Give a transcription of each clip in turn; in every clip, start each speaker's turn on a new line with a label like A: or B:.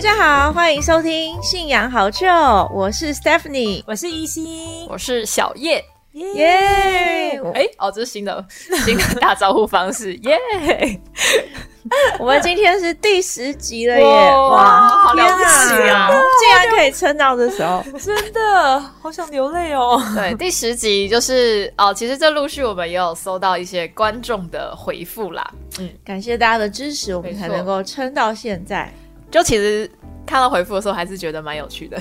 A: 家好，欢迎收听《信仰好旧》，我是 Stephanie，
B: 我是依稀，
C: 我是小叶。
A: 耶！我
C: 哎、哦，这是新的 新的打招呼方式，耶、
A: 我们今天是第十集了耶！
C: 哇
A: 哇，
C: 好了不
A: 天
C: 起
A: 啊
C: 啊！
A: 竟然可以撑到这时候，
B: 真的好想流泪哦。
C: 对，第十集就是哦，其实这陆续我们也有收到一些观众的回复啦。
A: 感谢大家的支持，我们才
C: 没错
A: 能够撑到现在。
C: 就其实看到回复的时候，还是觉得蛮有趣的，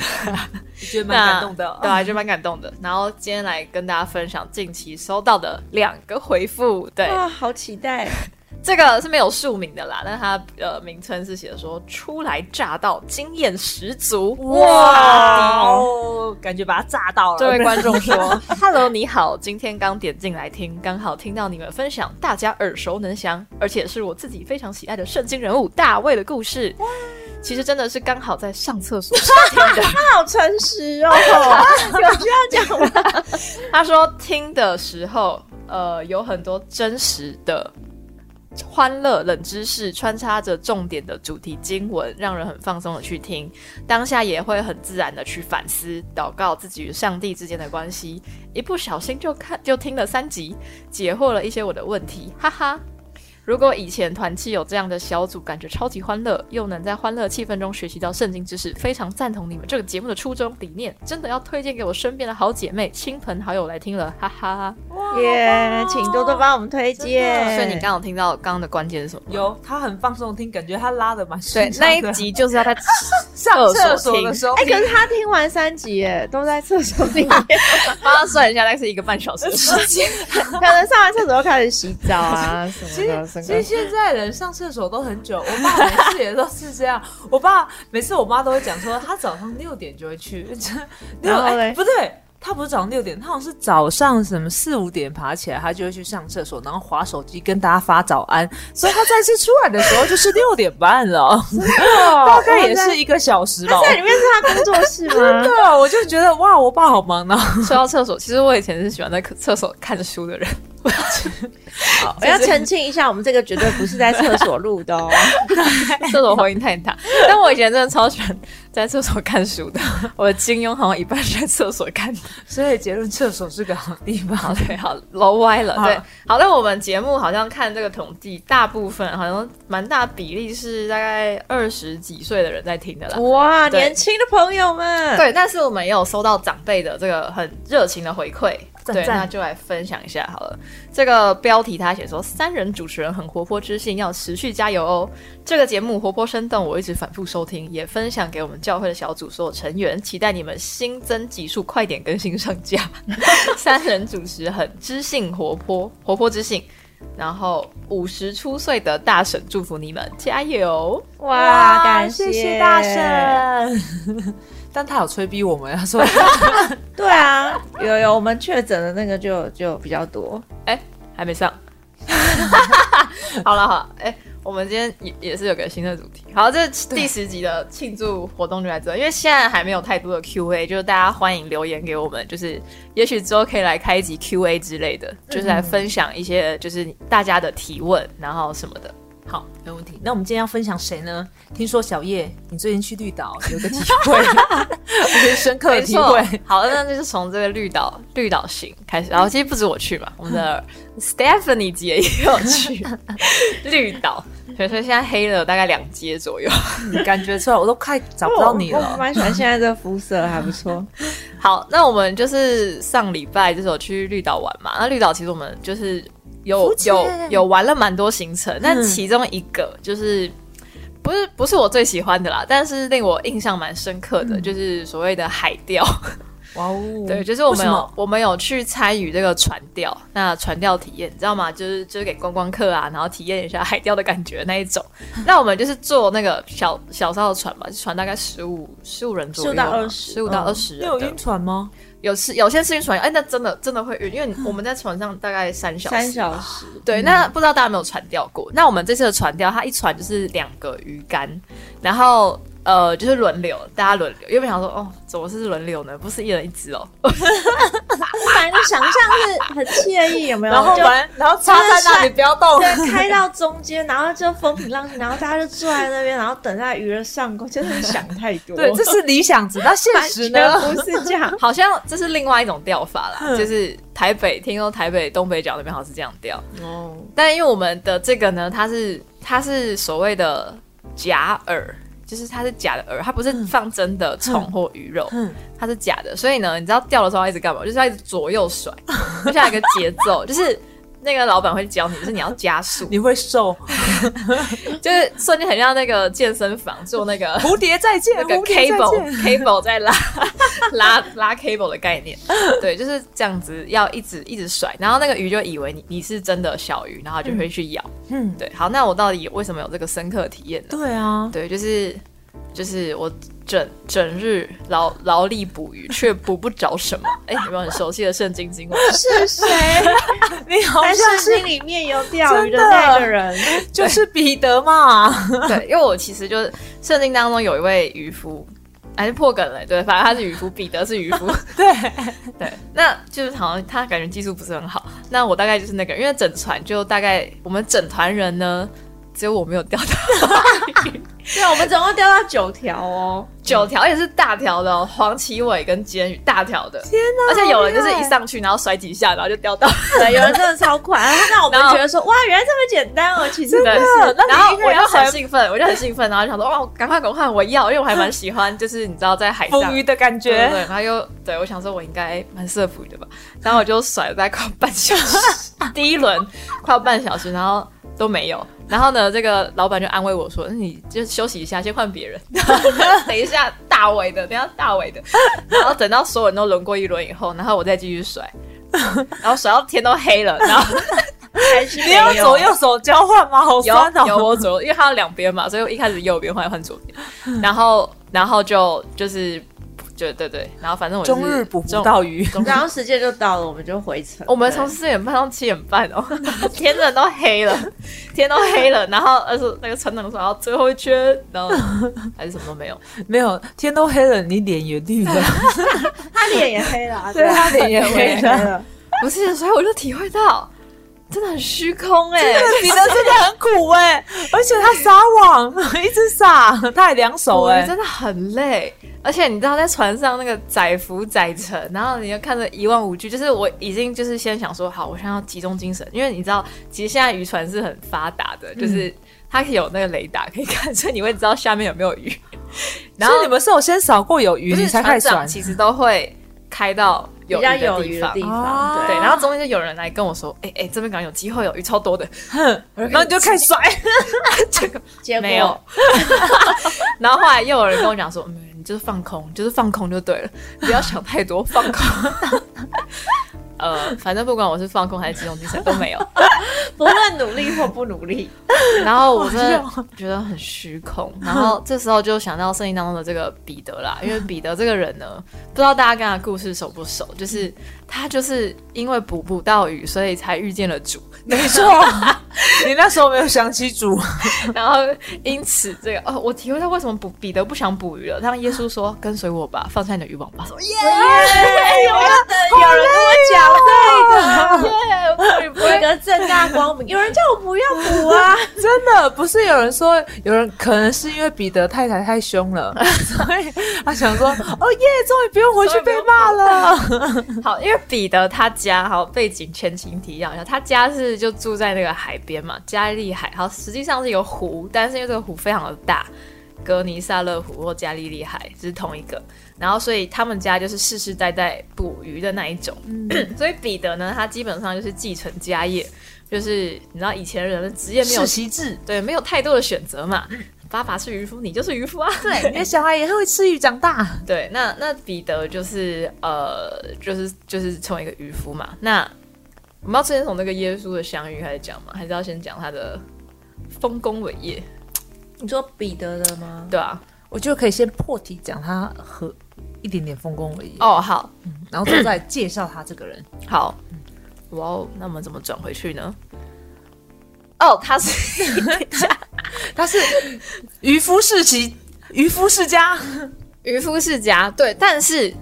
B: 觉得蛮感动的
C: 那对啊，就蛮感动的。然后今天来跟大家分享近期收到的两个回复，对，
A: 哇，好期待！啊
C: 这个是没有署名的啦，但它呃名称是写的说初来乍到，经验十足，
B: 哇哦，感觉把他炸到了。
C: 这位观众 说 ：“Hello，你好，今天刚点进来听，刚好听到你们分享大家耳熟能详，而且是我自己非常喜爱的圣经人物大卫的故事。其实真的是刚好在上厕所时听的。
A: 他好诚实 哦，有需要讲吗？
C: 他说听的时候，呃，有很多真实的欢乐冷知识，穿插着重点的主题经文，让人很放松的去听。当下也会很自然的去反思、祷告自己与上帝之间的关系。一不小心就看就听了三集，解惑了一些我的问题，哈哈。如果以前团契有这样的小组，感觉超级欢乐，又能在欢乐气氛中学习到圣经知识，非常赞同你们这个节目的初衷理念，真的要推荐给我身边的好姐妹、亲朋好友来听了，哈哈。
A: 耶，请多多帮我们推荐。
C: 所以你刚好听到刚刚的关键是什么？
B: 有他很放松地听，感觉他拉的蛮
C: 对
B: 顺，畅
C: 那
B: 的
C: 一集就是要在
B: 上厕所
C: 厕所
B: 的
C: 听
B: 时候
A: 哎、
B: 听，
A: 可是他听完三集耶，都在厕所 里面，
C: 帮他算一下，大概是一个半小时的时间。
A: 可能上完厕所就开始洗澡啊什
B: 其
A: 么的，
B: 实，
A: 整
B: 其实
A: 个
B: 现在人上厕所都很久，我爸每次也都是这样。我爸每次我妈都会讲说，他早上六点就会去，
A: 然后嘞
B: 哎不对，他不是早上六点，他好像是早上什么四五点爬起来，他就会去上厕所，然后划手机跟大家发早安，所以他再次出来的时候就是六点 半了，大概也是一个小时吧。
A: 在里面是哦他工作室吗？
B: 对啊，我就觉得哇，我爸好忙啊呢、
C: 说到厕所，其实我以前是喜欢在厕所看书的人。
A: 我要澄清一下，我们这个绝对不是在厕所录的 哦。
C: 厕所回音太大。但我以前真的超喜欢在厕所看书的，我的金庸好像一半是在厕所看的。
B: 所以结论，厕所是个好地
C: 好，
B: 方。
C: 对，好楼歪了。对
B: 好，
C: 好，但我们节目好像看这个统计，大部分好像蛮大比例是大概二十几岁的人在听的啦。
A: 哇，
C: 对
A: 年轻的朋友
B: 嗯
A: 们，
C: 对，但是我们也有收到长辈的这个很热情的回馈，
B: 赞
C: 对，
B: 赞
C: 那就来分享一下好了。这个标题他写说：“三人主持人很活泼知性，要持续加油哦。”这个节目活泼生动，我一直反复收听，也分享给我们教会的小组所有成员，期待你们新增集数快点更新上 架。三人主持很知性活泼，活泼知性。然后五十出岁的大婶祝福你们，加油！
A: 哇，感
B: 谢谢大。圣。 但他有催逼我们，他啊说
A: 对啊，有有，我们确诊的那个就就比较多。
C: 还没上。 好了好，哎、我们今天也也是有个新的主题。好，这第十集的庆祝活动就在这，因为现在还没有太多的 Q&A，就是大家欢迎留言给我们，就是也许之后可以来开一集 Q&A 之类的，就是来分享一些就是大家的提问，然后什么的。
B: 好，没问题。那我们今天要分享谁呢？听说小叶，你最近去绿岛有个体会，有个深刻的
C: 没
B: 体
C: 错
B: 会。，
C: 好，那就是从这个绿岛绿岛行开始，然后其实不止我去嘛，我们的 Stephanie 姐也有去绿岛，所以说现在黑了大概两街左右。
B: 你感觉出来，我都快找不到你
A: 哦我我
B: 了。
A: 蛮喜欢现在这个肤色，还不 错。
C: 好，那我们就是上礼拜就是有去绿岛玩嘛。那绿岛其实我们就是有
B: 浮
C: 有
B: 潜嗯
C: 有玩了蛮多行程，但其中一个就是不是不是我最喜欢的啦，但是令我印象蛮深刻
B: 嗯
C: 的，就是所谓的海钓。
B: 哇哦，
C: 对，就是我
B: 为什
C: 们有
B: 么
C: 我们有去参与这个船钓，那船钓体验，你知道吗？就是就是给观光客啊，然后体验一下海钓的感觉那一种。 那我们就是坐那个小小艘的船吧，船大概十五十五人左右
A: 15到
C: 嘛，
A: 20
C: 十五到二十
B: 你
C: 人
B: 有
C: 的
B: 晕船吗？
C: 有事有些事情船，哎，那真的真的会晕，因为我们在船上大概三小时。
A: 三小 时，
C: 对，那不知道大家有没有船钓过？那我们这次的船钓，它一船就是两个鱼竿，然后呃就是轮流，大家轮流。原本想说，哦，怎么是轮流呢？不是一人一只哦。。
A: 本来的想象是很惬意，有没有？
B: 然后
A: 就
B: 完，然后插在那里不要动。
A: 对，开到中间，然后就风平浪静，然后大家就坐在那边，然后等待娱乐上钩，真的是想太多。
B: 对，这是理想值，那现
A: 完
B: 实
A: 全
B: 呢？
A: 不是这样
C: 好像这是另外一种调法啦，
B: 嗯
C: 就是台北听说台北东北角那边好像是这样调，
A: 哦，
C: 但因为我们的这个呢，它是它是所谓的假饵，就是它是假的饵，它不是放真的虫或鱼肉，
B: 嗯嗯
C: 它是假的。所以呢，你知道钓的时候要一直干嘛？就是要一直左右 甩，就像一个节奏，就是。那个老板会教你，就是你要加速，
B: 你会瘦。
C: 就是瞬间很像那个健身房做那个
B: 蝴蝶再见，
C: 那个
B: 蝴蝶再
C: cable
B: 见。
C: cable 在拉 拉拉 cable 的概念，对，就是这样子，要一直一直甩，然后那个鱼就以为你你是真的小鱼，然后就会去咬。
B: 嗯，
C: 对，好，那我到底为什么有这个深刻的体验呢？
B: 对啊，
C: 对，就是就是我整整日劳劳力捕鱼，却捕不着什么。哎，有没有很熟悉的圣经经文？
A: 是谁
B: 你好
A: 在
B: 像
A: 圣
B: 是
A: 经里面有钓鱼的那个人？
B: 就是彼得嘛。
C: 对，因为我其实就是圣经当中有一位渔夫，还是破梗了，对，反正他是渔夫，彼得是渔夫，
B: 对
C: 对，那就是好像他感觉技术不是很好，那我大概就是那个人，因为整船就大概我们整团人呢，只有我没有钓到
A: 对，啊我们总共钓到九条哦。
C: 九条，而且是大条的、哦，黄鳍尾跟尖鱼大条的，天哪！而且有人就是一上去然后甩几下，然后就 钓到，
A: 对，有人真的超快，那我们
C: 然后
A: 觉得说，哇，原来这么简单哦，其实
C: 对
B: 那你
C: 然后
B: 应该
C: 我
B: 要
C: 就很
B: 还
C: 兴奋，我就很兴奋，然后就想说哇，赶快赶快我要，因为我还蛮喜欢，就是你知道在海上
B: 捕鱼的感
C: 对对对，
B: 觉，
C: 然后又对我想说，我应该蛮社服的吧，然后我就甩了大概快半小时， 第一轮快要半小时，然后都没有。然后呢，这个老板就安慰我说：“那你就休息一下，先换别人。 然后等一下大尾的，等一下大尾的。然后等到所有人都轮过一轮以后，然后我再继续甩，然后甩到天都黑了。然后
A: 还是
B: 你
A: 没
B: 要
A: 有
B: 左右手交换吗？好
C: 有啊
B: 酸
C: 有
B: 哦。
C: 我左右，因为它有两边嘛，所以我一开始右边，后来换左边。然后然后就就是就对对，然后反正我就是
B: 终日捕不
C: 中
B: 到鱼，
A: 然后时间就到了，我们就回程。
C: 我们从四点半到七点半哦， 天人都黑了，天都黑了。然后而且那个船长说，然后最后一圈，然后还是什么都没有。
B: 没有天都黑了，你脸也绿了。
A: 他脸也黑了啊，
B: 对 他脸也
A: 我也
B: 黑
A: 黑
B: 了。
A: 了。
C: 不是，所以我就体会到，真的很虚空哎、
B: 彼得真的很苦哎、 而且他撒网 一直撒，他也两手
C: 我
B: 哎、
C: 真的很累，而且你知道在船上那个载浮载沉，然后你又看着一望无际，就是我已经就是先想说，好，我现在要集中精神，因为你知道，其实现在渔船是很发达
B: 嗯
C: 的，就是它有那个雷达可以看，所以你会知道下面有没有鱼。然后
B: 所以你们是有先扫过有鱼，
C: 不
B: 你
C: 是
B: 才
C: 船
B: 开始
C: 长
B: 玩。
C: 其实都会开到有
A: 比
C: 鱼
A: 较
C: 的
A: 有
C: 地
A: 鱼的
C: 方
A: 地。
B: 哦
A: 方，
C: 对，然后中间就有人来跟我说：“哎、哎、这边感觉有机会有鱼超多的。
B: 然后你就开始 哎甩，
A: 结”
C: 没有
A: 果。
C: 然后后来又有人跟我讲说：“嗯，你就是放空，你就是放空就对了，不要想太多，放空。” 呃，反正不管我是放空还是集中精神都没有。
A: 不论努力或不努 力，
C: 然后我真的觉得很虚空。然后这时候就想到圣经当中的这个彼得啦，因为彼得这个人呢，不知道大家跟他的故事熟不熟，就是他就是因为捕不到鱼，所以才遇见了主。
B: 没错。你那时候没有想起主，
C: 然后因此这个哦，我体会到为什么捕彼得不想捕鱼了。让耶稣说：“跟随我吧，放下你的渔网吧。”我说耶
B: 哎
A: 有人跟我讲这个。
C: 耶，我终于不
A: 我
C: 会。
A: 个正大光明，有人叫我不要补 啊，
B: 真的不是有人说，有人可能是因为彼得太太太凶了， 所以他想说，哦耶，终于不 用回去被骂了。
C: 好，因为彼得他家好背景前情提要一下，他家是就住在那个海边嘛，加利利海。好，实际上是一个湖，但是因为这个湖非常的大，格尼萨勒湖或加利利海这是同一个。然后所以他们家就是世世代代捕鱼的那一种。
B: 嗯
C: 所以彼得呢，他基本上就是继承家业，就是你知道以前人的职业没有
B: 习制，
C: 对没有太多的选择嘛。爸爸是渔夫，你就是渔夫啊。对
B: 因为小孩也会吃鱼长大。
C: 对，那那彼得就是呃，就是就是成为一个渔夫嘛。那我们要先从那个耶稣的相遇开始讲吗？还是要先讲他的丰功伟业？
A: 你说彼得的吗？
C: 对啊，
B: 我觉得可以先破题讲他和一点点丰功伟业，
C: 哦，好
B: 然后再介绍他这个人。
C: 好，哇哦，那我们怎么转回去呢？哦，他是
B: 他是渔夫世奇，渔夫世家，
C: 渔夫世家，对，但是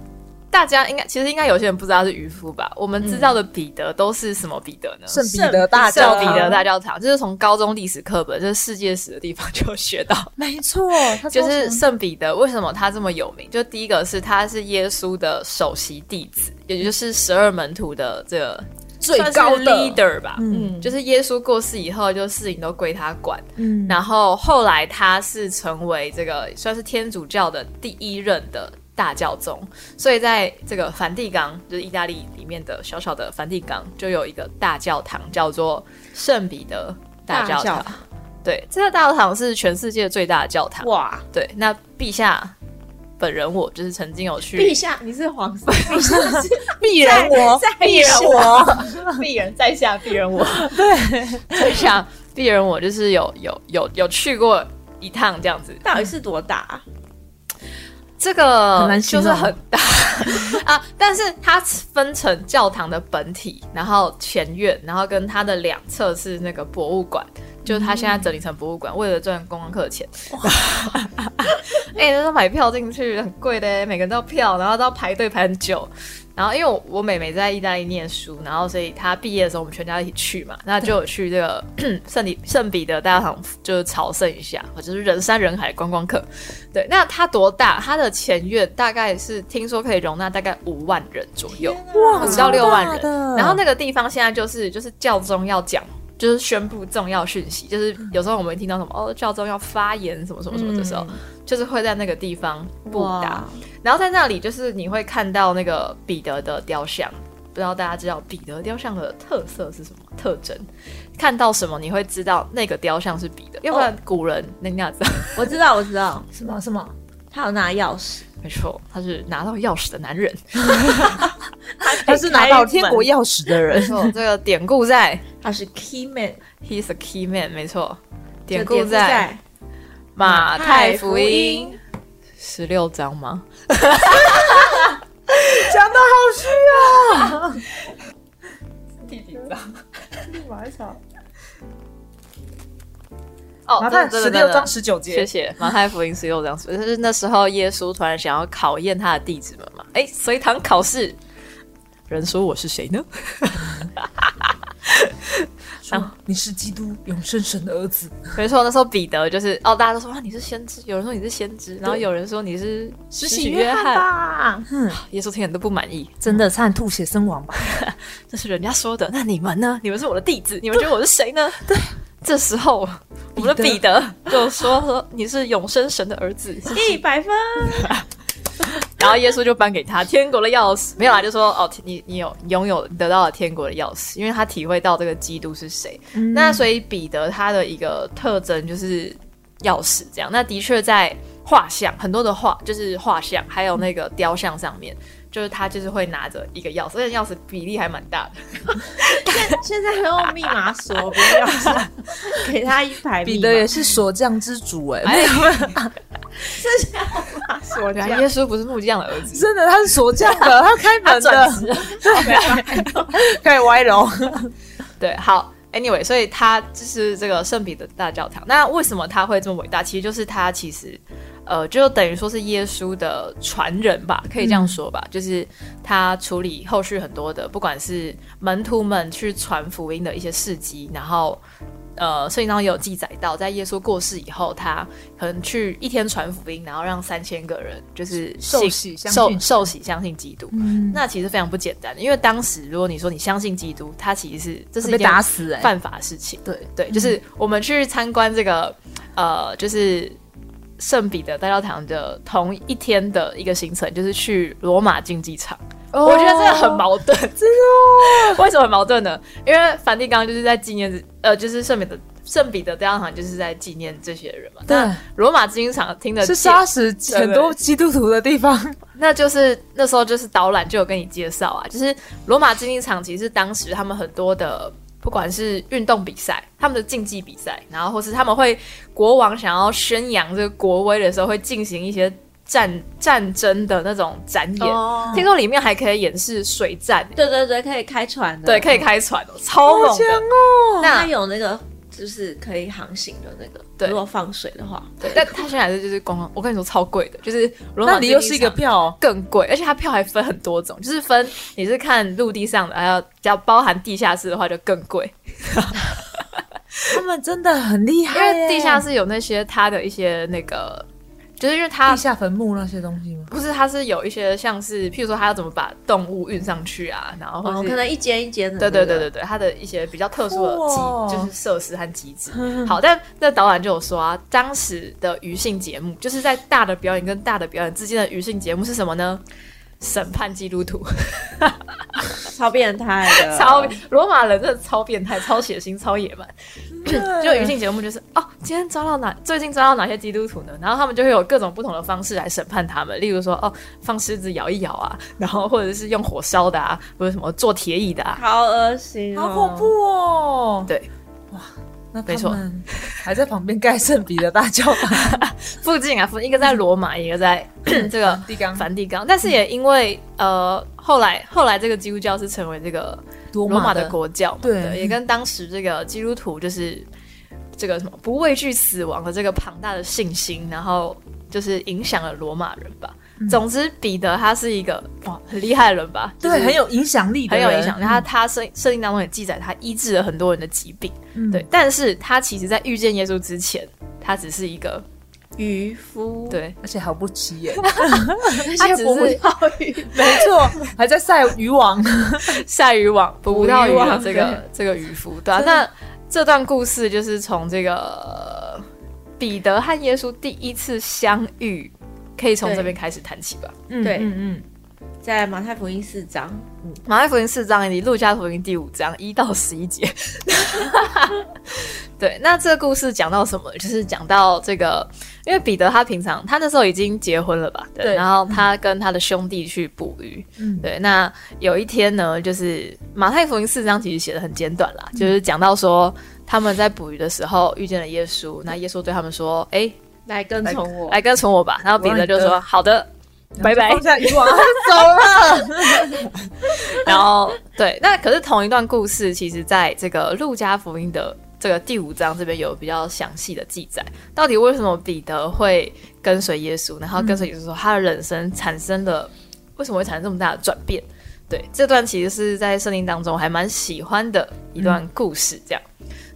C: 大家应该其实应该有些人不知道他是渔夫吧？我们知道的彼得都是什么彼得呢？
B: 圣彼得嗯大
A: 圣
B: 教
A: 圣
C: 叫彼
B: 堂
C: 得大教堂，就是从高中历史课本，就是世界史的地方就有学到，
B: 没错，哦他
C: 就是
B: 说
C: 圣彼得为什么他这么有名？就第一个是他是耶稣的首席弟子，也就是十二门徒的这个
B: 最
C: 算是
B: 高的
C: leader 吧。
A: 嗯
C: 就是耶稣过世以后，就事情都归他管。
B: 嗯
C: 然后后来他是成为这个算是天主教的第一任的大教宗，所以在这个梵蒂冈，就是意大利里面的小小的梵蒂冈，就有一个大教堂叫做圣彼得大教堂。
A: 大教堂
C: 对，这个大教堂是全世界最大的教堂。
A: 哇，
C: 对，那陛下本人我就是曾经有去
A: 陛下，你是皇 上，陛下是
B: 鄙人我，
A: 在
B: 鄙人
A: 下
B: 我，
A: 鄙人在下，鄙人我。
C: 对 下鄙人我就是有有有有去过一趟这样子，
A: 到底是多大啊？
C: 这个
B: 很难形
C: 就
B: 容
C: 是很大 啊，但是它分成教堂的本体，然后前院，然后跟它的两侧是那个博物馆，就是它现在整理成博物馆，为了赚观光客钱。 哎、那时候买票进去很贵的，欸每个人都要票，然后都要排队排很久。然后因为我我妹妹在意大利念书，然后所以她毕业的时候我们全家一起去嘛，那就有去这个 圣彼圣彼得大教堂就是朝圣一下，就是人山人海观光客。对，那它多大？它的前院大概是听说可以容纳大概五万人左右，
A: 哇
C: 五到六万
B: 超大的
C: 人。然后那个地方现在就是就是教宗要讲，就是宣布重要讯息，就是有时候我们会听到什么哦，教宗要发言什么什么什么的时候，
A: 嗯
C: 就是会在那个地方布达
A: 哇。
C: 然后在那里就是你会看到那个彼得的雕像，不知道大家知道彼得雕像的特色是什么特征？看到什么你会知道那个雕像是彼得，要不然古人那那知道。
A: 我知道，我知道，
B: 什么什么？
A: 他有拿钥匙，
C: 没错，他是拿到钥匙的男人。
B: 他是拿到天国
A: 钥，
B: 钥匙的人
C: 没，错，这个典故在
A: 他是 key man，
C: He's a key man，没错，典
A: 典
C: 故在
A: 在
C: 马太福
A: 马太福
C: 音
A: 音
C: 十六章吗？
B: 讲的好虚啊！
C: 第几章？
B: 马上
C: 哦，这个
B: 十
C: 这个
B: 六章
C: 这个
B: 十九
C: 谢
B: 节，
C: 谢马太福音十六章，就是那时候耶稣突然想要考验他的弟子们嘛，哎，随堂考试，人说我是谁呢？
B: 说
C: 嗯
B: 你是基督永生神的儿子，
C: 没错，那时候彼得就是哦，大家都说啊你是先知，有人说你是先知，然后有人说你是
B: 施
C: 施
B: 洗
C: 洗
B: 约
C: 约
B: 翰
C: 翰，
A: 吧？
C: 耶稣听了都不满意，
B: 真的差点吐血身亡吧？
C: 这是人家说的，那你们呢？你们是我的弟子，你们觉得我是谁呢？对，这时候我们的彼得就说说你是永生神的儿子，
A: 一百分，
C: 然后耶稣就颁给他天国的钥匙，没有啦，就说哦，你你有你拥有得到了天国的钥匙，因为他体会到这个基督是谁。那所以彼得他的一个特征就是钥匙这样，那的确在画像很多的画就是画像，还有那个雕像上面。就是他，就是会拿着一个钥匙，而且钥匙比例还蛮大的，
A: 现在还用密码锁，不要钥匙，给他一排
B: 彼
A: 密
B: 得也
A: 码
B: 是锁匠之主哎、
C: 哎，
A: 锁，这
C: 原
A: 样
C: 来耶稣不是木匠的儿子，
B: 真的他是锁匠 的，他开门的，开始歪楼。
C: 对，好，anyway，所以他就是这个圣彼得大教堂。那为什么他会这么伟大？其实就是他其实，呃，就等于说是耶稣的传人吧，可以这
B: 嗯
C: 样说吧。就是他处理后续很多的，不管是门徒们去传福音的一些事迹，然后。呃，圣经当中也有记载到，在耶稣过世以后，他可能去一天传福音，然后让三千个人就是
B: 受
C: 信
B: 洗相信
C: 受
B: 主
C: 受洗相信基督。
B: 嗯，
C: 那其实非常不简单的，因为当时如果你说你相信基督，他其实是这是一
B: 被
C: 件
B: 打死哎、
C: 犯法的事情。嗯
B: 对，
C: 对，就是我们去参观这个呃，就是圣彼得大教堂的同一天的一个行程，就是去罗马竞技场。我觉得这个很矛盾，真的、 为什么很矛盾呢？因为梵蒂冈就是在纪念这呃，就是圣彼得圣彼得大教堂就是在纪念这些人嘛。
B: 对
C: 那罗马竞技场听的
B: 哦是杀死
C: 对
B: 很多基督徒的地方。
C: 那就是那时候就是导览就有跟你介绍啊，就是罗马竞技场其实是当时他们很多的。不管是运动比赛、他们的竞技比赛，然后或是他们会国王想要宣扬这个国威的时候，会进行一些战战争的那种展演。
A: 哦
C: 听说里面还可以演示水战、
A: 对对对，可以开船的，
C: 对，可以开船哦，超
B: 好
C: 猛
B: 强
C: 的。
B: 哦！
A: 它
C: 那
A: 有那个就是可以航行的那个，
C: 对
A: 如果放水的话，
C: 对，但他现在就是观光，我跟你说超贵的，就是罗马
B: 那你又是一个票，哦
C: 更贵，而且它票还分很多种，就是分你是看陆地上的，还有只要包含地下室的话就更贵，
B: 他们真的很厉
C: 因
B: 害耶，
C: 为地下室有那些它的一些那个，就是因为它
B: 地下坟墓那些东西吗？
C: 不是它是有一些像是，譬如说它要怎么把动物运上去啊，然后或
A: 哦，
C: 是
A: 可能一间一间的，
C: 对对对
A: 对
C: 对对，它的一些比较特殊的机、
B: 哇
C: 就是设施和机制。好，但那导览就有说啊，当时的娱性节目就是在大的表演跟大的表演之间的娱性节目是什么呢？审判基督徒，
A: 对，超变态的，
C: 超罗马人真的超变态、超血腥、超野蛮。 就娱性节目就是哦，今天抓到哪，最近抓到哪些基督徒呢？然后他们就会有各种不同的方式来审判他们，例如说哦，放狮子咬一咬啊， 然后或者是用火烧的啊，或者什么做铁椅的啊，
A: 好恶心、
B: 好恐！怖哦！
C: 对，
B: 那
C: 没错
B: 他们还在旁边盖圣彼得大教堂，
C: 附近啊，附一个在罗马，一个在 这个
B: 地冈
C: 梵蒂冈，但是也因为呃，后来后来这个基督教是成为这个
B: 罗
C: 罗马
B: 马
C: 的国教嘛，
B: 对
C: 也跟当时这个基督徒就是这个什么不畏惧死亡的这个庞大的信心，然后就是影响了罗马人吧。
B: 嗯
C: 总之，彼得他是一个哇很厉害的人吧，
B: 对
C: 就是
B: 很有影响力的
C: 很
B: 人，嗯
C: 有影响。他他设设定当中也记载，他医治了很多人的疾病，
B: 嗯
C: 对。但是他其实在遇见耶稣之前，他只是一个
A: 渔夫，，
C: 对，
B: 而且毫不起眼，
A: 他
C: 他
A: 只
C: 只
A: 是
C: 是
A: 钓鱼，
B: 没错，还在晒渔 网，
C: 晒渔网捕不到
A: 捕
C: 鱼
A: 鱼网
C: 的这个这个渔夫，对啊，那这段故事就是从这个彼得和耶稣第一次相遇，可以从
A: 对
C: 这边开始谈起吧。
B: 嗯
A: 对
B: 嗯嗯，
A: 在马太福音四章，
C: 马太福音四章以及路加福音第五章一到十一节。 对，那这个故事讲到什么？就是讲到这个，因为彼得他平常他那时候已经结婚了吧？对，
B: 对
C: 然后他跟他的兄弟去捕鱼。
B: 嗯
C: 对。那有一天呢，就是马太福音四章其实写的很简短
B: 嗯
C: 啦，就是讲到说他们在捕鱼的时候遇见了耶稣，那耶稣对他们说：“哎、
A: 来跟从我，
C: 来跟从我吧。”然后彼得就
B: 我
C: 说
B: 让：“
C: 好的，拜拜。”
B: 放下渔网，他 就走了。
C: 然后对，那可是同一段故事，其实在这个路加福音的这个第五章这边有比较详细的记载，到底为什么彼得会跟随耶稣，然后跟随耶稣说他的人生产生了为什么会产生这么大的转变？对，这段其实是在圣经当中还蛮喜欢的一段故事，这样。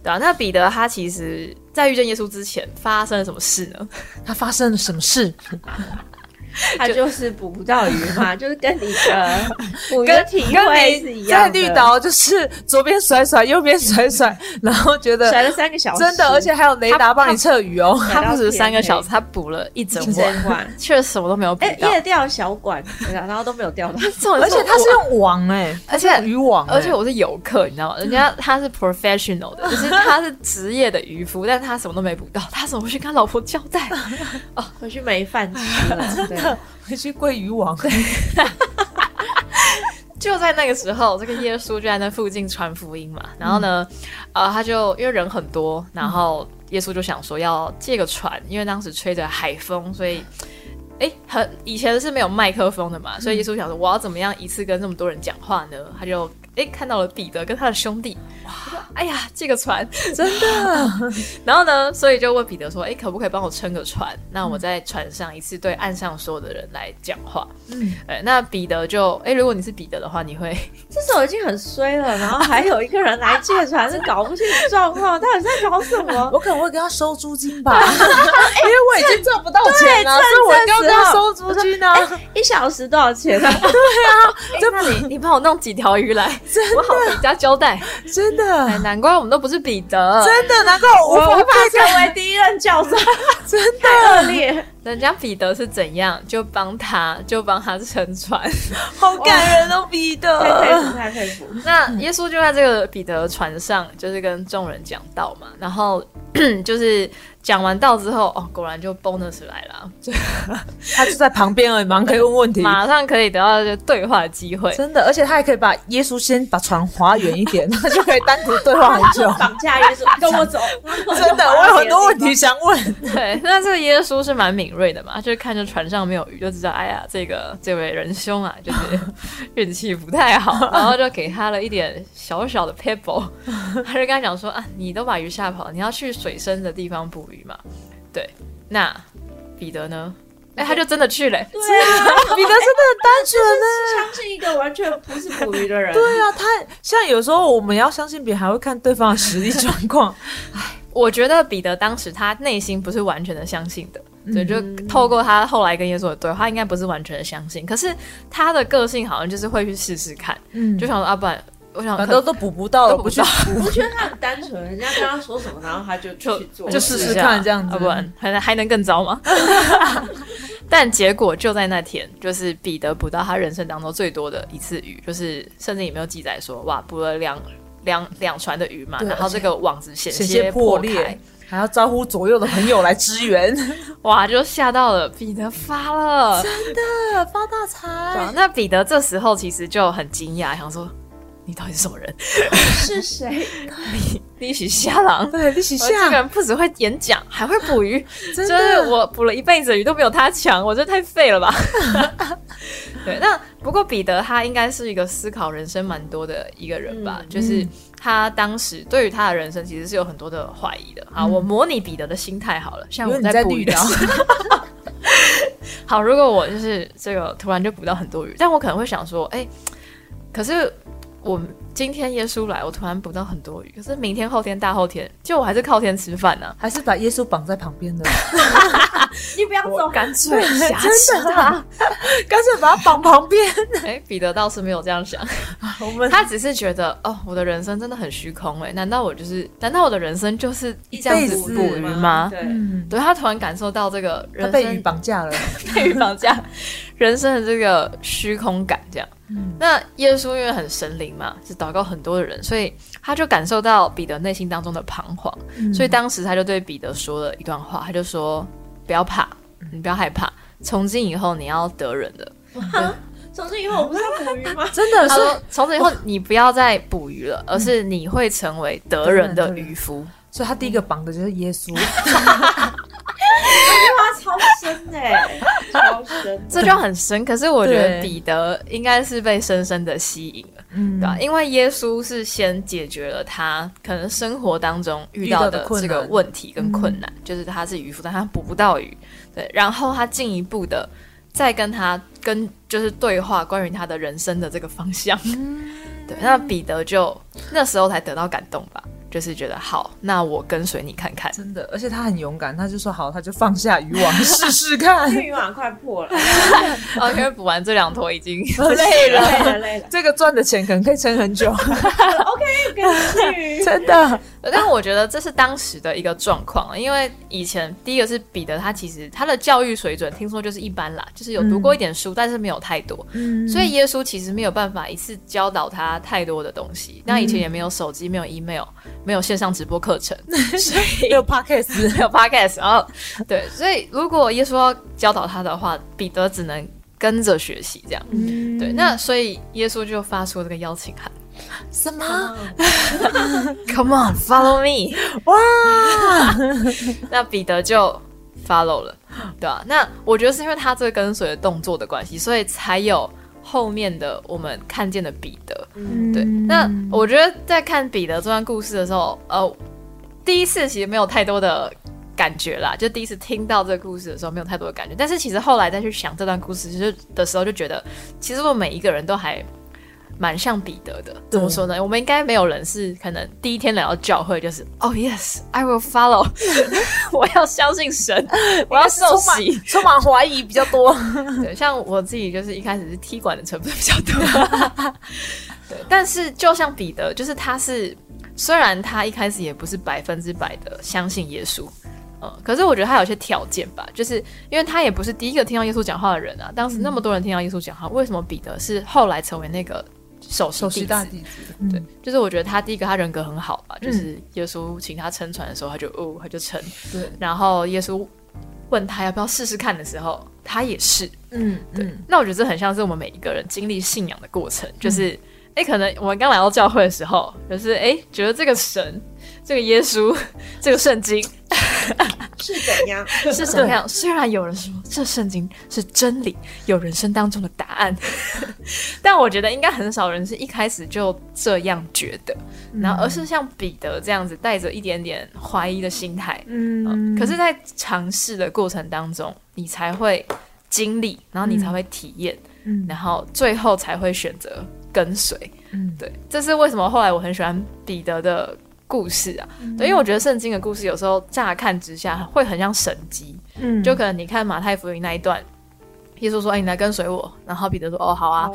C: 对啊，那彼得他其实，在遇见耶稣之前发生了什么事 呢？
B: 他发生了什么事？
A: 他就是捕不到鱼 嘛，就是跟你的捕鱼
B: 跟
A: 体会是
B: 跟
A: 一
B: 你
A: 样
B: 在
A: 的。
B: 绿岛就是左边甩甩，右边甩甩，然后觉得
A: 甩了三个小时，
B: 真的，而且还有雷达帮你测雨哦。
A: 他
C: 他不止
A: 天
C: 三个
A: 黑
C: 小时，他补了 一整
A: 一整
C: 晚，
A: 晚。
C: 却什么都没有补
A: 哎，
C: 到。
A: 夜钓小管，然后都没有钓到。
C: 重
B: 而
C: 点
B: 且他是用网哎、欸，
C: 而且
B: 他是用渔网欸、
C: 而且我是游客，你知道吗？人家他是 professional 的，就是他是职业的渔夫，但他什么都没捕到，他怎么去跟老婆交代？
A: 回去没饭吃了， 真的。
B: 回去跪渔网，
C: 就在那个时候，这个耶稣就在那附近传福音嘛。然后呢，
B: 嗯
C: 呃，他就因为人很多，然后耶稣就想说要借个船，因为当时吹着海风，所以。哎，很以前是没有麦克风的
B: 嗯
C: 嘛，所以耶稣想说，我要怎么样一次跟这么多人讲话呢？他就哎看到了彼得跟他的兄弟，他说哎呀借个船，
B: 真的。
C: 然后呢，所以就问彼得说：“哎，可不可以帮我撑个船？那我在船上一次对岸上所有的人来讲话。”
B: 嗯，
C: 哎，那彼得就哎，如果你是彼得的话，你会
A: 这时候已经很衰了，然后还有一个人来借船，是搞不清楚状况，到底在搞什 么？
B: 我可能会跟他收租金吧， 因为我已经赚不到钱了，
A: 对
B: 所以我一定要
A: 趁这时
B: 跟他
A: 候
B: 收租金呢、啊。
A: 一小时多少钱啊？
B: 哎
C: 就你 你帮我弄几条鱼来， 我好回家交代。
B: 真的
C: 哎，，难怪我们都不是彼得，
B: 真的，难怪我无
A: 我无法
B: 法被这样
A: 成为第一任教授，
B: 真
A: 太恶劣。
C: 人家彼得是怎样，就帮他就帮他撑船。
B: 好感人哦，彼
A: 太佩服，
B: 得。
A: 太佩服。
C: 那耶稣就在这个彼得的船上，就是跟众人讲道嘛，然后 就是讲完道之后，哦，果然就 bonus 来了，就
B: 他就在旁边而已，马上可以问问题。
C: 马上可以得到这个对话的机会。
B: 真的，而且他还可以把耶稣先把船划远一点，他就可以单独对话很 久。
A: 绑架耶稣，跟我走。
B: 真的，我有很多问题想问。
C: 对，那这个耶稣是蛮敏敏锐的嘛，就是看着船上没有鱼就知道，哎呀，这个这位仁兄啊，就是 运气不太好，然后就给他了一点小小的 pebble，他就跟他讲说啊，你都把鱼吓跑了，你要去水深的地方捕鱼嘛。对，那彼得呢？哎、他就真的去嘞、
A: 对啊，
B: 彼得真的很单纯呢、
A: 相信一个完全不是捕鱼的人。
B: 对啊，他像有时候我们要相信别人，还会看对方的实力状况。
C: 我觉得彼得当时他内心不是完全的相信的，所以就
A: 嗯
C: 透过他后来跟耶稣的对话，应该不是完全的相信。可是他的个性好像就是会去试试看，
B: 嗯
C: 就想说啊，不然我想
B: 反正都补不到了，
C: 都
B: 不
C: 补不
B: 去
C: 到
A: 我觉得他很单纯，人家跟他说什么，然后他就
C: 就
A: 去做，
B: 就
C: 就是试
B: 试
C: 一下
B: 看这样子
C: 啊、不然还能还能更糟 吗？但结果就在那天，就是彼得捕到他人生当中最多的一次鱼，就是甚至也没有记载说哇捕了两两两船的鱼嘛，
B: 对
C: 然后这个网子险
B: 险些破
C: 破
B: 裂
C: 开，，
B: 还要招呼左右的朋友来支 援，
C: 哇就吓到了彼得发了，
B: 啊发大财。
C: 对啊那彼得这时候其实就很惊讶，想说你到底是什么人？
A: 是谁？
C: 你是瞎狼。
B: 对，你起
C: 我呃这个
B: 下，
C: 人不只会演讲， 还会捕鱼，
B: 真
C: 就是
B: 的，
C: 我捕了一辈子鱼都没有他强，我这太废 了吧？对，那不过彼得他应该是一个思考人生蛮多的一个人吧，
A: 嗯
C: 就是
B: 嗯
C: 他当时对于他的人生其实是有很多的怀疑的。好，
B: 嗯
C: 我模拟彼得的心态好了，像
B: 因为
C: 我
B: 你在
C: 捕
B: 地
C: 鱼
B: 狱岛
C: 的时候 好，如果我就是这个突然就捕到很多鱼，但我可能会想说，哎、可是我今天耶稣来，我突然捕到很多鱼，可是明天、后天、大后天，就我还是靠天吃饭呢、啊
B: 还是把耶稣绑在旁边 的，
A: 你不要走，
C: 干脆
B: 真
C: 挟持
B: 的
C: 他。
B: 啊，干脆把他绑旁边。
C: 哎，彼得倒是没有这样想，
B: 我们
C: 他只是觉得哦，我的人生真的很虚空哎，难道我就是，难道我的人生就是这样
B: 辈
C: 子
B: 子
C: 捕鱼吗？
A: 对，
B: 嗯，
C: 对他突然感受到这个
B: 他
C: 人
B: 被鱼
C: 生
B: 绑架了，
C: 被鱼绑架， 人生的这个虚空感这样。
B: 嗯，
C: 那耶稣因为很神灵嘛，是祷告很多的人，所以他就感受到彼得内心当中的彷徨，
B: 嗯
C: 所以当时他就对彼得说了一段话，他就说：“不要怕，
B: 嗯
C: 你不要害怕，从今以后你要得人的。”
A: 从今以后我不是要捕鱼吗？
B: 真的
C: 他
B: 是
C: 说：“从此以后，你不要再捕鱼
B: 嗯
C: 了，而是你会成为得人的渔夫。
B: 所以他第一个绑的就是耶稣，
A: 哇，超深的欸，超深”。
C: 这就很深。可是我觉
B: 对
C: 得彼得应该是被深深的吸引了，
B: 嗯
C: 对吧、因为耶稣是先解决了他可能生活当中遇到
B: 遇到的
C: 的
B: 困
C: 这
B: 难嗯
C: 个问题跟困难，就是他是渔夫，但他捕不到鱼。对，然后他进一步的再跟他跟就是对话关于他的人生的这个方向。
B: 嗯
C: 对，那彼得就那时候才得到感动吧，就是觉得好，那我跟随你看看。
B: 真的，而且他很勇敢，他就说好，他就放下渔网试试看
A: 因。为渔网啊快破了，
C: 哦，因为补完这两坨已 经
B: 哦
A: 累了，累了，累了。
B: 这个赚的钱可能可以撑很久，
A: 跟你去，
B: 真 的。
C: 但我觉得这是当时的一个状况，因为以前第一个是彼得，他其实他的教育水准听说就是一般啦，就是有读过一点书，但是没有太多，
B: 嗯
C: 所以耶稣其实没有办法一次教导他太多的东西。那以前也没有手机，没有 email，没有线上直播课程，所以
B: 有 podcast，
C: 没有 podcast，然后对，所以如果耶稣要教导他的话，彼得只能跟着学习这样。
A: 嗯
C: 对，那所以耶稣就发出这个邀请函
B: 什么
C: ，Come on，follow me。
B: 哇？
C: 那彼得就 follow 了，对啊，那我觉得是因为他这个跟随的动作的关系，所以才有后面的我们看见的彼得。
A: 嗯，
C: 对，那我觉得在看彼得这段故事的时候，呃，第一次其实没有太多的感觉啦，就第一次听到这个故事的时候没有太多的感觉，但是其实后来再去想这段故事就是的时候，就觉得其实我们每一个人都还。蛮像彼得的，怎么说呢？我们应该没有人是可能第一天来到教会就是哦、y e s I will follow，我 要相信神， 我要受洗，
B: 充满怀疑比较 多。
C: 对，像我自己就是一开始是踢馆的成分比较多， 对，但是就像彼得，就是他是虽然他一开始也不是百分之百的相信耶稣，嗯，可是我觉得他有些条件吧，就是因为他也不是第一个听到耶稣讲话的人啊，当时那么
B: 嗯
C: 多人听到耶稣讲话，为什么彼得是后来成为那个首席
B: 首席
C: 弟
B: 大嗯
C: 子？
B: 弟子，
C: 对，就是我觉得他第一个他人格很好吧，就是耶稣请他撑船的时候，他就哦他就撑，
B: 嗯对，
C: 然后耶稣问他要不要试试看的时候，他也是。
B: 嗯嗯，
C: 那我觉得这很像是我们每一个人经历信仰的过程，就是哎、诶可能我们刚来到教会的时候，就是哎、诶觉得这个神这个耶稣， 这个圣经
A: 是怎样？
C: 是怎么样？虽然有人说这圣经是真理，有人生当中的答案， 但我觉得应该很少人是一开始就这样觉得，然后而是像彼得这样子带着一点点怀疑的心态，
B: 嗯
C: 哦可是，在尝试的过程当中，你才会经历，然后你才会体验，
B: 嗯
C: 然后最后才会选择跟随。
B: 嗯
C: 对，这是为什么后来我很喜欢彼得的故事啊。
B: 嗯
C: 对，因为我觉得圣经的故事有时候乍看之下会很像神迹，
B: 嗯
C: 就可能你看马太福音那一段。耶稣说：“哎，你来跟随我。”然后彼得说：“哦，好啊。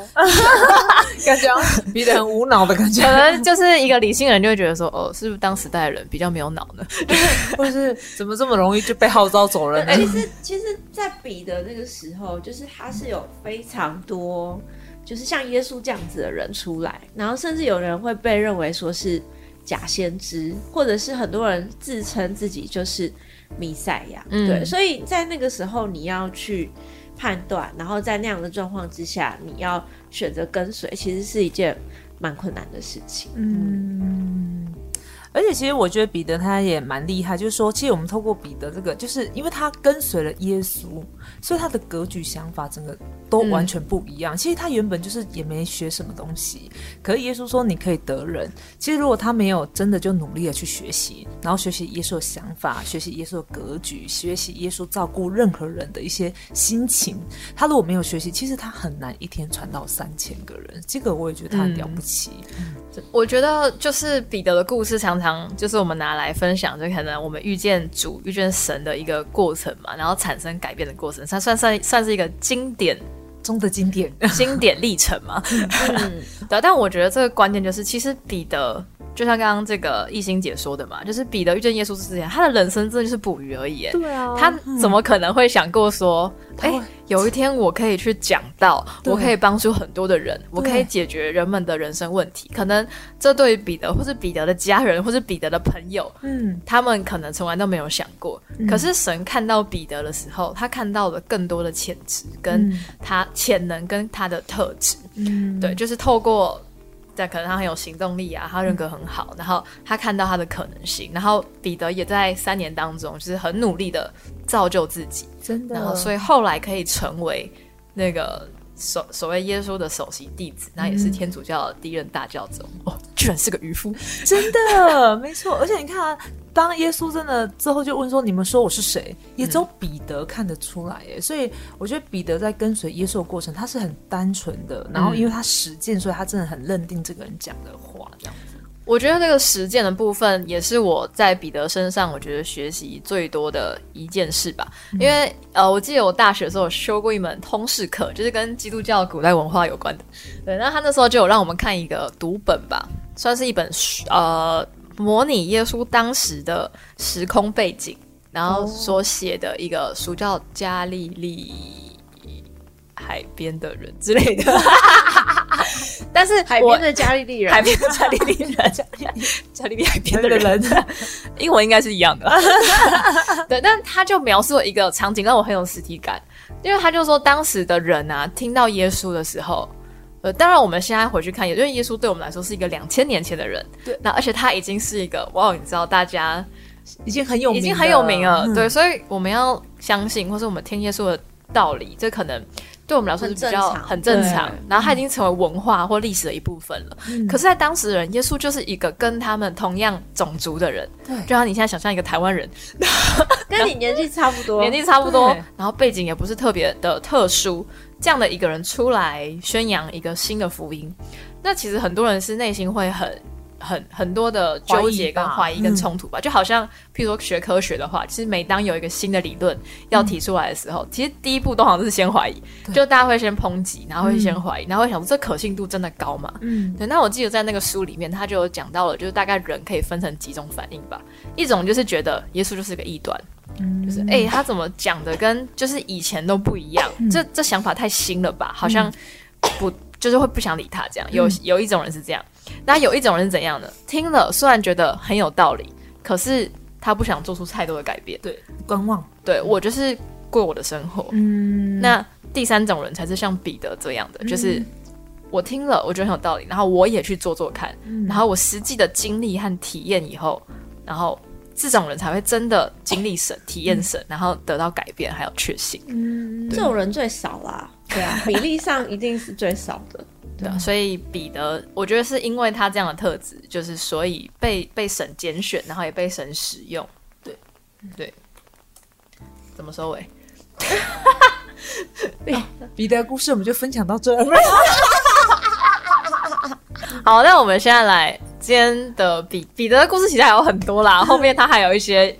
B: 感觉比人很无脑的感觉
C: 可能就是一个理性人就会觉得说：“哦，是不是当时代的人比较没有脑呢
B: 或是怎么这么容易就被号召走人呢？
A: 其实，其实，在彼得那个时候，就是他是有非常多，就是像耶稣这样子的人出来，然后甚至有人会被认为说是假先知，或者是很多人自称自己就是弥赛亚。
C: 嗯
A: 对，所以在那个时候，你要去判断，然后在那样的状况之下，你要选择跟随，其实是一件蛮困难的事情。
B: 嗯，而且其实我觉得彼得他也蛮厉害，就是说，其实我们透过彼得这个，就是因为他跟随了耶稣，所以他的格局、想法，整个都
C: 嗯
B: 完全不一样。其实他原本就是也没学什么东西，可是耶稣说你可以得人。其实如果他没有真的就努力的去学习，然后学习耶稣的想法，学习耶稣的格局，学习耶稣照顾任何人的一些心情，他如果没有学习，其实他很难一天传到三千个人。这个我也觉得他很了不起。？”
C: 嗯我觉得就是彼得的故事，常常就是我们拿来分享，就可能我们遇见主、遇见神的一个过程嘛，然后产生改变的过程，它算算算是一个经典
B: 中的经典。
C: 经典历程嘛。
A: 嗯，
C: 对啊，但我觉得这个关键就是，其实彼得就像刚刚这个艺兴姐说的嘛，就是彼得遇见耶稣之前，他的人生真的就是捕鱼而已耶。
B: 对啊
C: 嗯他怎么可能会想过说，
B: 嗯他
C: 哎、
B: 会
C: 有一天我可以去讲道，
B: 对
C: 我可以帮助很多的人，我可以解决人们的人生问题。可能这对于彼得，或是彼得的家人，或是彼得的朋友，
B: 嗯
C: 他们可能从来都没有想过。可是神看到彼得的时候，他看到了更多的潜质，跟
B: 嗯
C: 他潜能，跟他的特质。
B: 嗯
C: 对，就是透过，在可能他很有行动力啊，他人格很好，然后他看到他的可能性，然后彼得也在三年当中就是很努力的造就自己，
B: 真的，
C: 然后所以后来可以成为那个所所谓耶稣的首席弟子，那也是天主教的第一任大教宗，哦，居然是个渔夫，
B: 真的没错。而且你看啊，当耶稣真的之后就问说：“你们说我是谁？”
C: 嗯
B: 也只有彼得看得出来耶。所以我觉得彼得在跟随耶稣的过程，他是很单纯的。然
C: 嗯
B: 后因为他实践，所以他真的很认定这个人讲的话，这样子。
C: 我觉得这个实践的部分也是我在彼得身上我觉得学习最多的一件事吧，因为呃，我记得我大学的时候有修过一门通识课，就是跟基督教古代文化有关的。对，那他那时候就有让我们看一个读本吧，算是一本书呃模拟耶稣当时的时空背景，然后所写的一个书叫《加利利海边的人》之类的。 但是
A: 海
C: 我
A: 边的加利利人
C: 海，边的加利利人，加利利加利利海边的人，
B: 人
C: 英文应该是一 样的。对，但他就描述了一个场景，让我很有实体感，因为他就说当时的人啊，听到耶稣的时候。呃，当然，我们现在回去看，也就是耶稣对我们来说是一个两千年前的人，
B: 对，
C: 那而且他已经是一个，哇，你知道大家
B: 已经很有名
C: 已
B: 了，
C: 经很有名了，
B: 嗯
C: 对，所以我们要相信，或是我们听耶稣的道理，这可能对我们来说是比较很
A: 很
C: 正
A: 正
C: 常，嗯
A: 常
C: 然后它已经成为文化或历史的一部分了。可是，在当时人，耶稣就是一个跟他们同样种族的人，
B: 对
C: 就像你现在想象一个台湾人，
A: 跟你年纪差不多，
C: 年纪差不多
B: 对，
C: 然后背景也不是特别的特殊，这样的一个人出来宣扬一个新的福音，那其实很多人是内心会很。很很多的纠结、跟怀
B: 怀
C: 疑、
B: 疑吧嗯
C: 跟冲突吧，就好像，譬如说学科学的话，其实每当有一个新的理论要提出来的时候，其实第一步都好像是先怀疑，
B: 嗯对
C: 就大家会先抨击，然后会先怀疑，然后会想说这可信度真的高吗？
B: 嗯
C: 对，那我记得在那个书里面，他就有讲到了，就是大概人可以分成几种反应吧。一种就是觉得耶稣就是个异端，
B: 嗯
C: 就是哎、诶他怎么讲的跟就是以前都不一样，
B: 嗯
C: 这这想法太新了吧，好像不、就是会不想理他这样。
B: 嗯
C: 有有一种人是这样，那有一种人是怎样的？听了虽然觉得很有道理，可是他不想做出太多的改变。
B: 对观望，
C: 对我就是过我的生活，
B: 嗯
C: 那第三种人才是像彼得这样的，就是我听了我觉得很有道理，然后我也去做做看，然后我实际的经历和体验以后，然后这种人才会真的经历神、体验神，然后得到改变还有确信。
B: 嗯，
A: 这种人最少啦，对啊，比例上一定是最少的。
C: 对啊，所以彼得，我觉得是因为他这样的特质，就是所以被被神拣选，然后也被神使用。对，对，怎么收尾？
B: 彼得的故事我们就分享到这儿。
C: 好，那我们现在来今天的彼彼得的故事，其实还有很多啦，后面他还有一些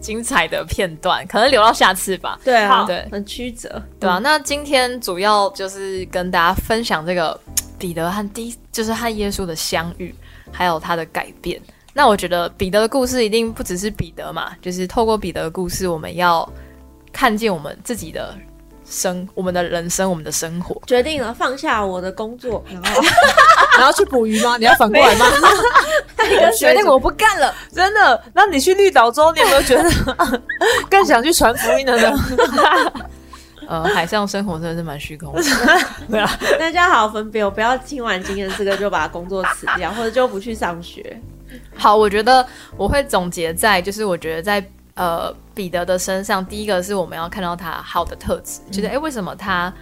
C: 精彩的片段，可能留到下次吧。
A: 对啊，
C: 对
A: 很曲折。
C: 对啊，那今天主要就是跟大家分享这个彼得和第一，就是和耶稣的相遇，还有他的改变。那我觉得彼得的故事一定不只是彼得嘛，就是透过彼得的故事，我们要看见我们自己的生、我们的人生、我们的生活。
A: 决定了放下我的工作，然 后
B: 然后去捕鱼吗？你要反过 来吗？
C: 决定我不干了，
B: 真的？那你去绿岛州，你有没有觉得 更想去传福音了呢？
C: 呃，海上生活真的是蛮虚空的。
A: 大家好好分别，我不要听完今天这个就把工作辞掉， 或者就不去上学。
C: 好，我觉得我会总结在，就是我觉得在呃彼得的身上，第一个是我们要看到他好的特质，就是
B: 嗯
C: 诶，为什么他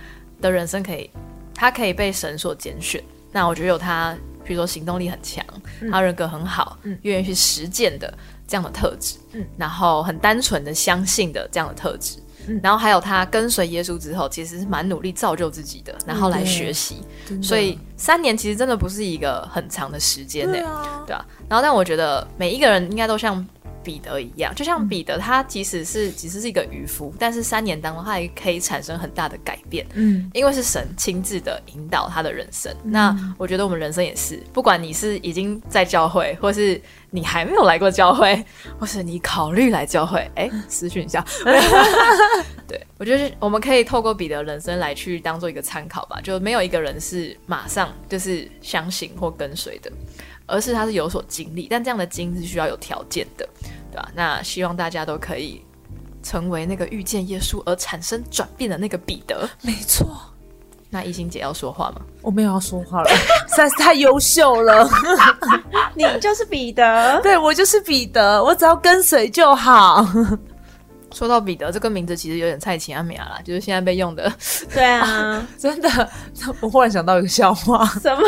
C: 的人生可以，他可以被神所拣选？那我觉得有他，比如说行动力很强，
B: 嗯
C: 他人格很好，愿意去实践的这样的特质，
B: 嗯
C: 然后很单纯的相信的这样的特质。
B: 嗯
C: 然后还有他跟随耶稣之后，其实是蛮努力造就自己的，然后来
B: 对
C: 学习。所以三年其实真的不是一个呃很长的时间呢、
B: 对啊，
C: 对啊，然后但我觉得每一个人应该都像彼得一样，就像彼得他即使是其实是一个渔夫，但是三年当中他也可以产生很大的改变，
B: 嗯，
C: 因为是神亲自的引导他的人生。那我觉得我们人生也是，不管你是已经在教会，或是你还没有来过教会，或是你考虑来教会，哎，私讯一下。 对，我觉得我们可以透过彼得人生来去当做一个参考吧，就没有一个人是马上就是相信或跟随的。而是他是有所经历，但这样的经历是需要有条件的，对吧？那希望大家都可以成为那个遇见耶稣而产生转变的那个彼得。
B: 没错。
C: 那一心姐要说话吗？
B: 我没有要说话了， 实在是太优秀了。
A: 你就是彼 得，
B: 对我就是彼得，我只要跟随就好。
C: 说到彼得这个名字，其实有点蔡琴阿米亚啦，就是现在被用的
A: 对啊，
B: 真的，我忽然想到一个笑话，
A: 什么？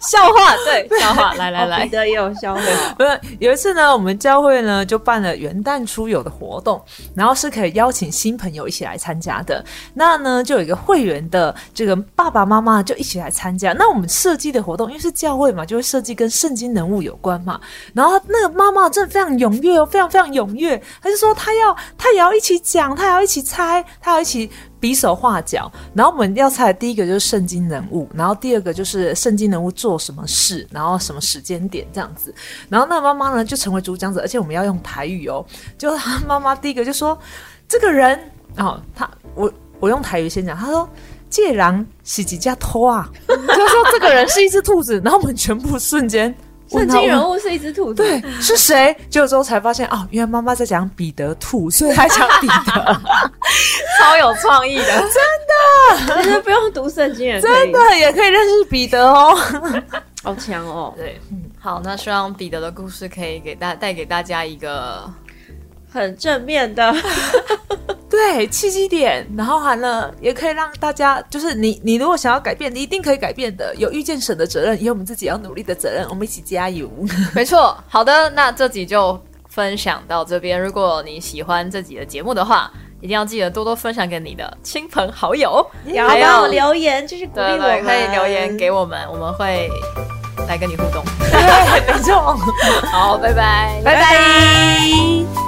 C: 笑话， 对，笑话，来来
A: 哦
C: 来
A: 彼，得也有消费。
B: 不是有一次呢，我们教会呢就办了元旦出游的活动，然后是可以邀请新朋友一起来参加的。那呢，就有一个会员的这个爸爸妈妈就一起来参加。那我们设计的活动，因为是教会嘛，就会设计跟圣经人物有关嘛。然后那个妈妈真的非常踊跃哦，非常非常踊跃，她就说她要她也要一起讲，她也要一起猜，她要一起。比手画脚，然后我们要猜的第一个就是圣经人物，然后第二个就是圣经人物做什么事，然后什么时间点这样子。然后那妈妈呢就成为主讲者，而且我们要用台语哦。就他妈妈第一个就说：“这个人哦，他我我用台语先讲，他说。”借狼洗几家偷啊， 就说这个人是一只兔子，然后我们全部瞬间
A: 圣
B: 问他
A: 经人物是一只兔子，
B: 对，是谁？结果之后才发现哦，原来妈妈在讲彼得兔，所以她讲彼得，
C: 超有创意 的。
A: 其实不用读圣经也可以
B: 真，的也可以认识彼得哦。
A: 好强哦，
C: 对，好，那希望彼得的故事可以给大带给大家一个
A: 很正面 的。
B: 对，契机点，然后完了也可以让大家，就是你你如果想要改变，你一定可以改变的。有遇见神的责任，也有我们自己要努力的责任，我们一起加 油。
C: 没错，好的，那这集就分享到这边。如果你喜欢这集的节目的话，一定要记得多多分享给你的亲朋好友，
A: 然后
C: 还
A: 帮我
C: 有
A: 留言，就是鼓励
C: 对
A: 我
C: 对，
A: 们，
C: 可以留言给我们，我们会来跟你互动。
B: 对，没错。
C: 好，拜拜，
A: 拜拜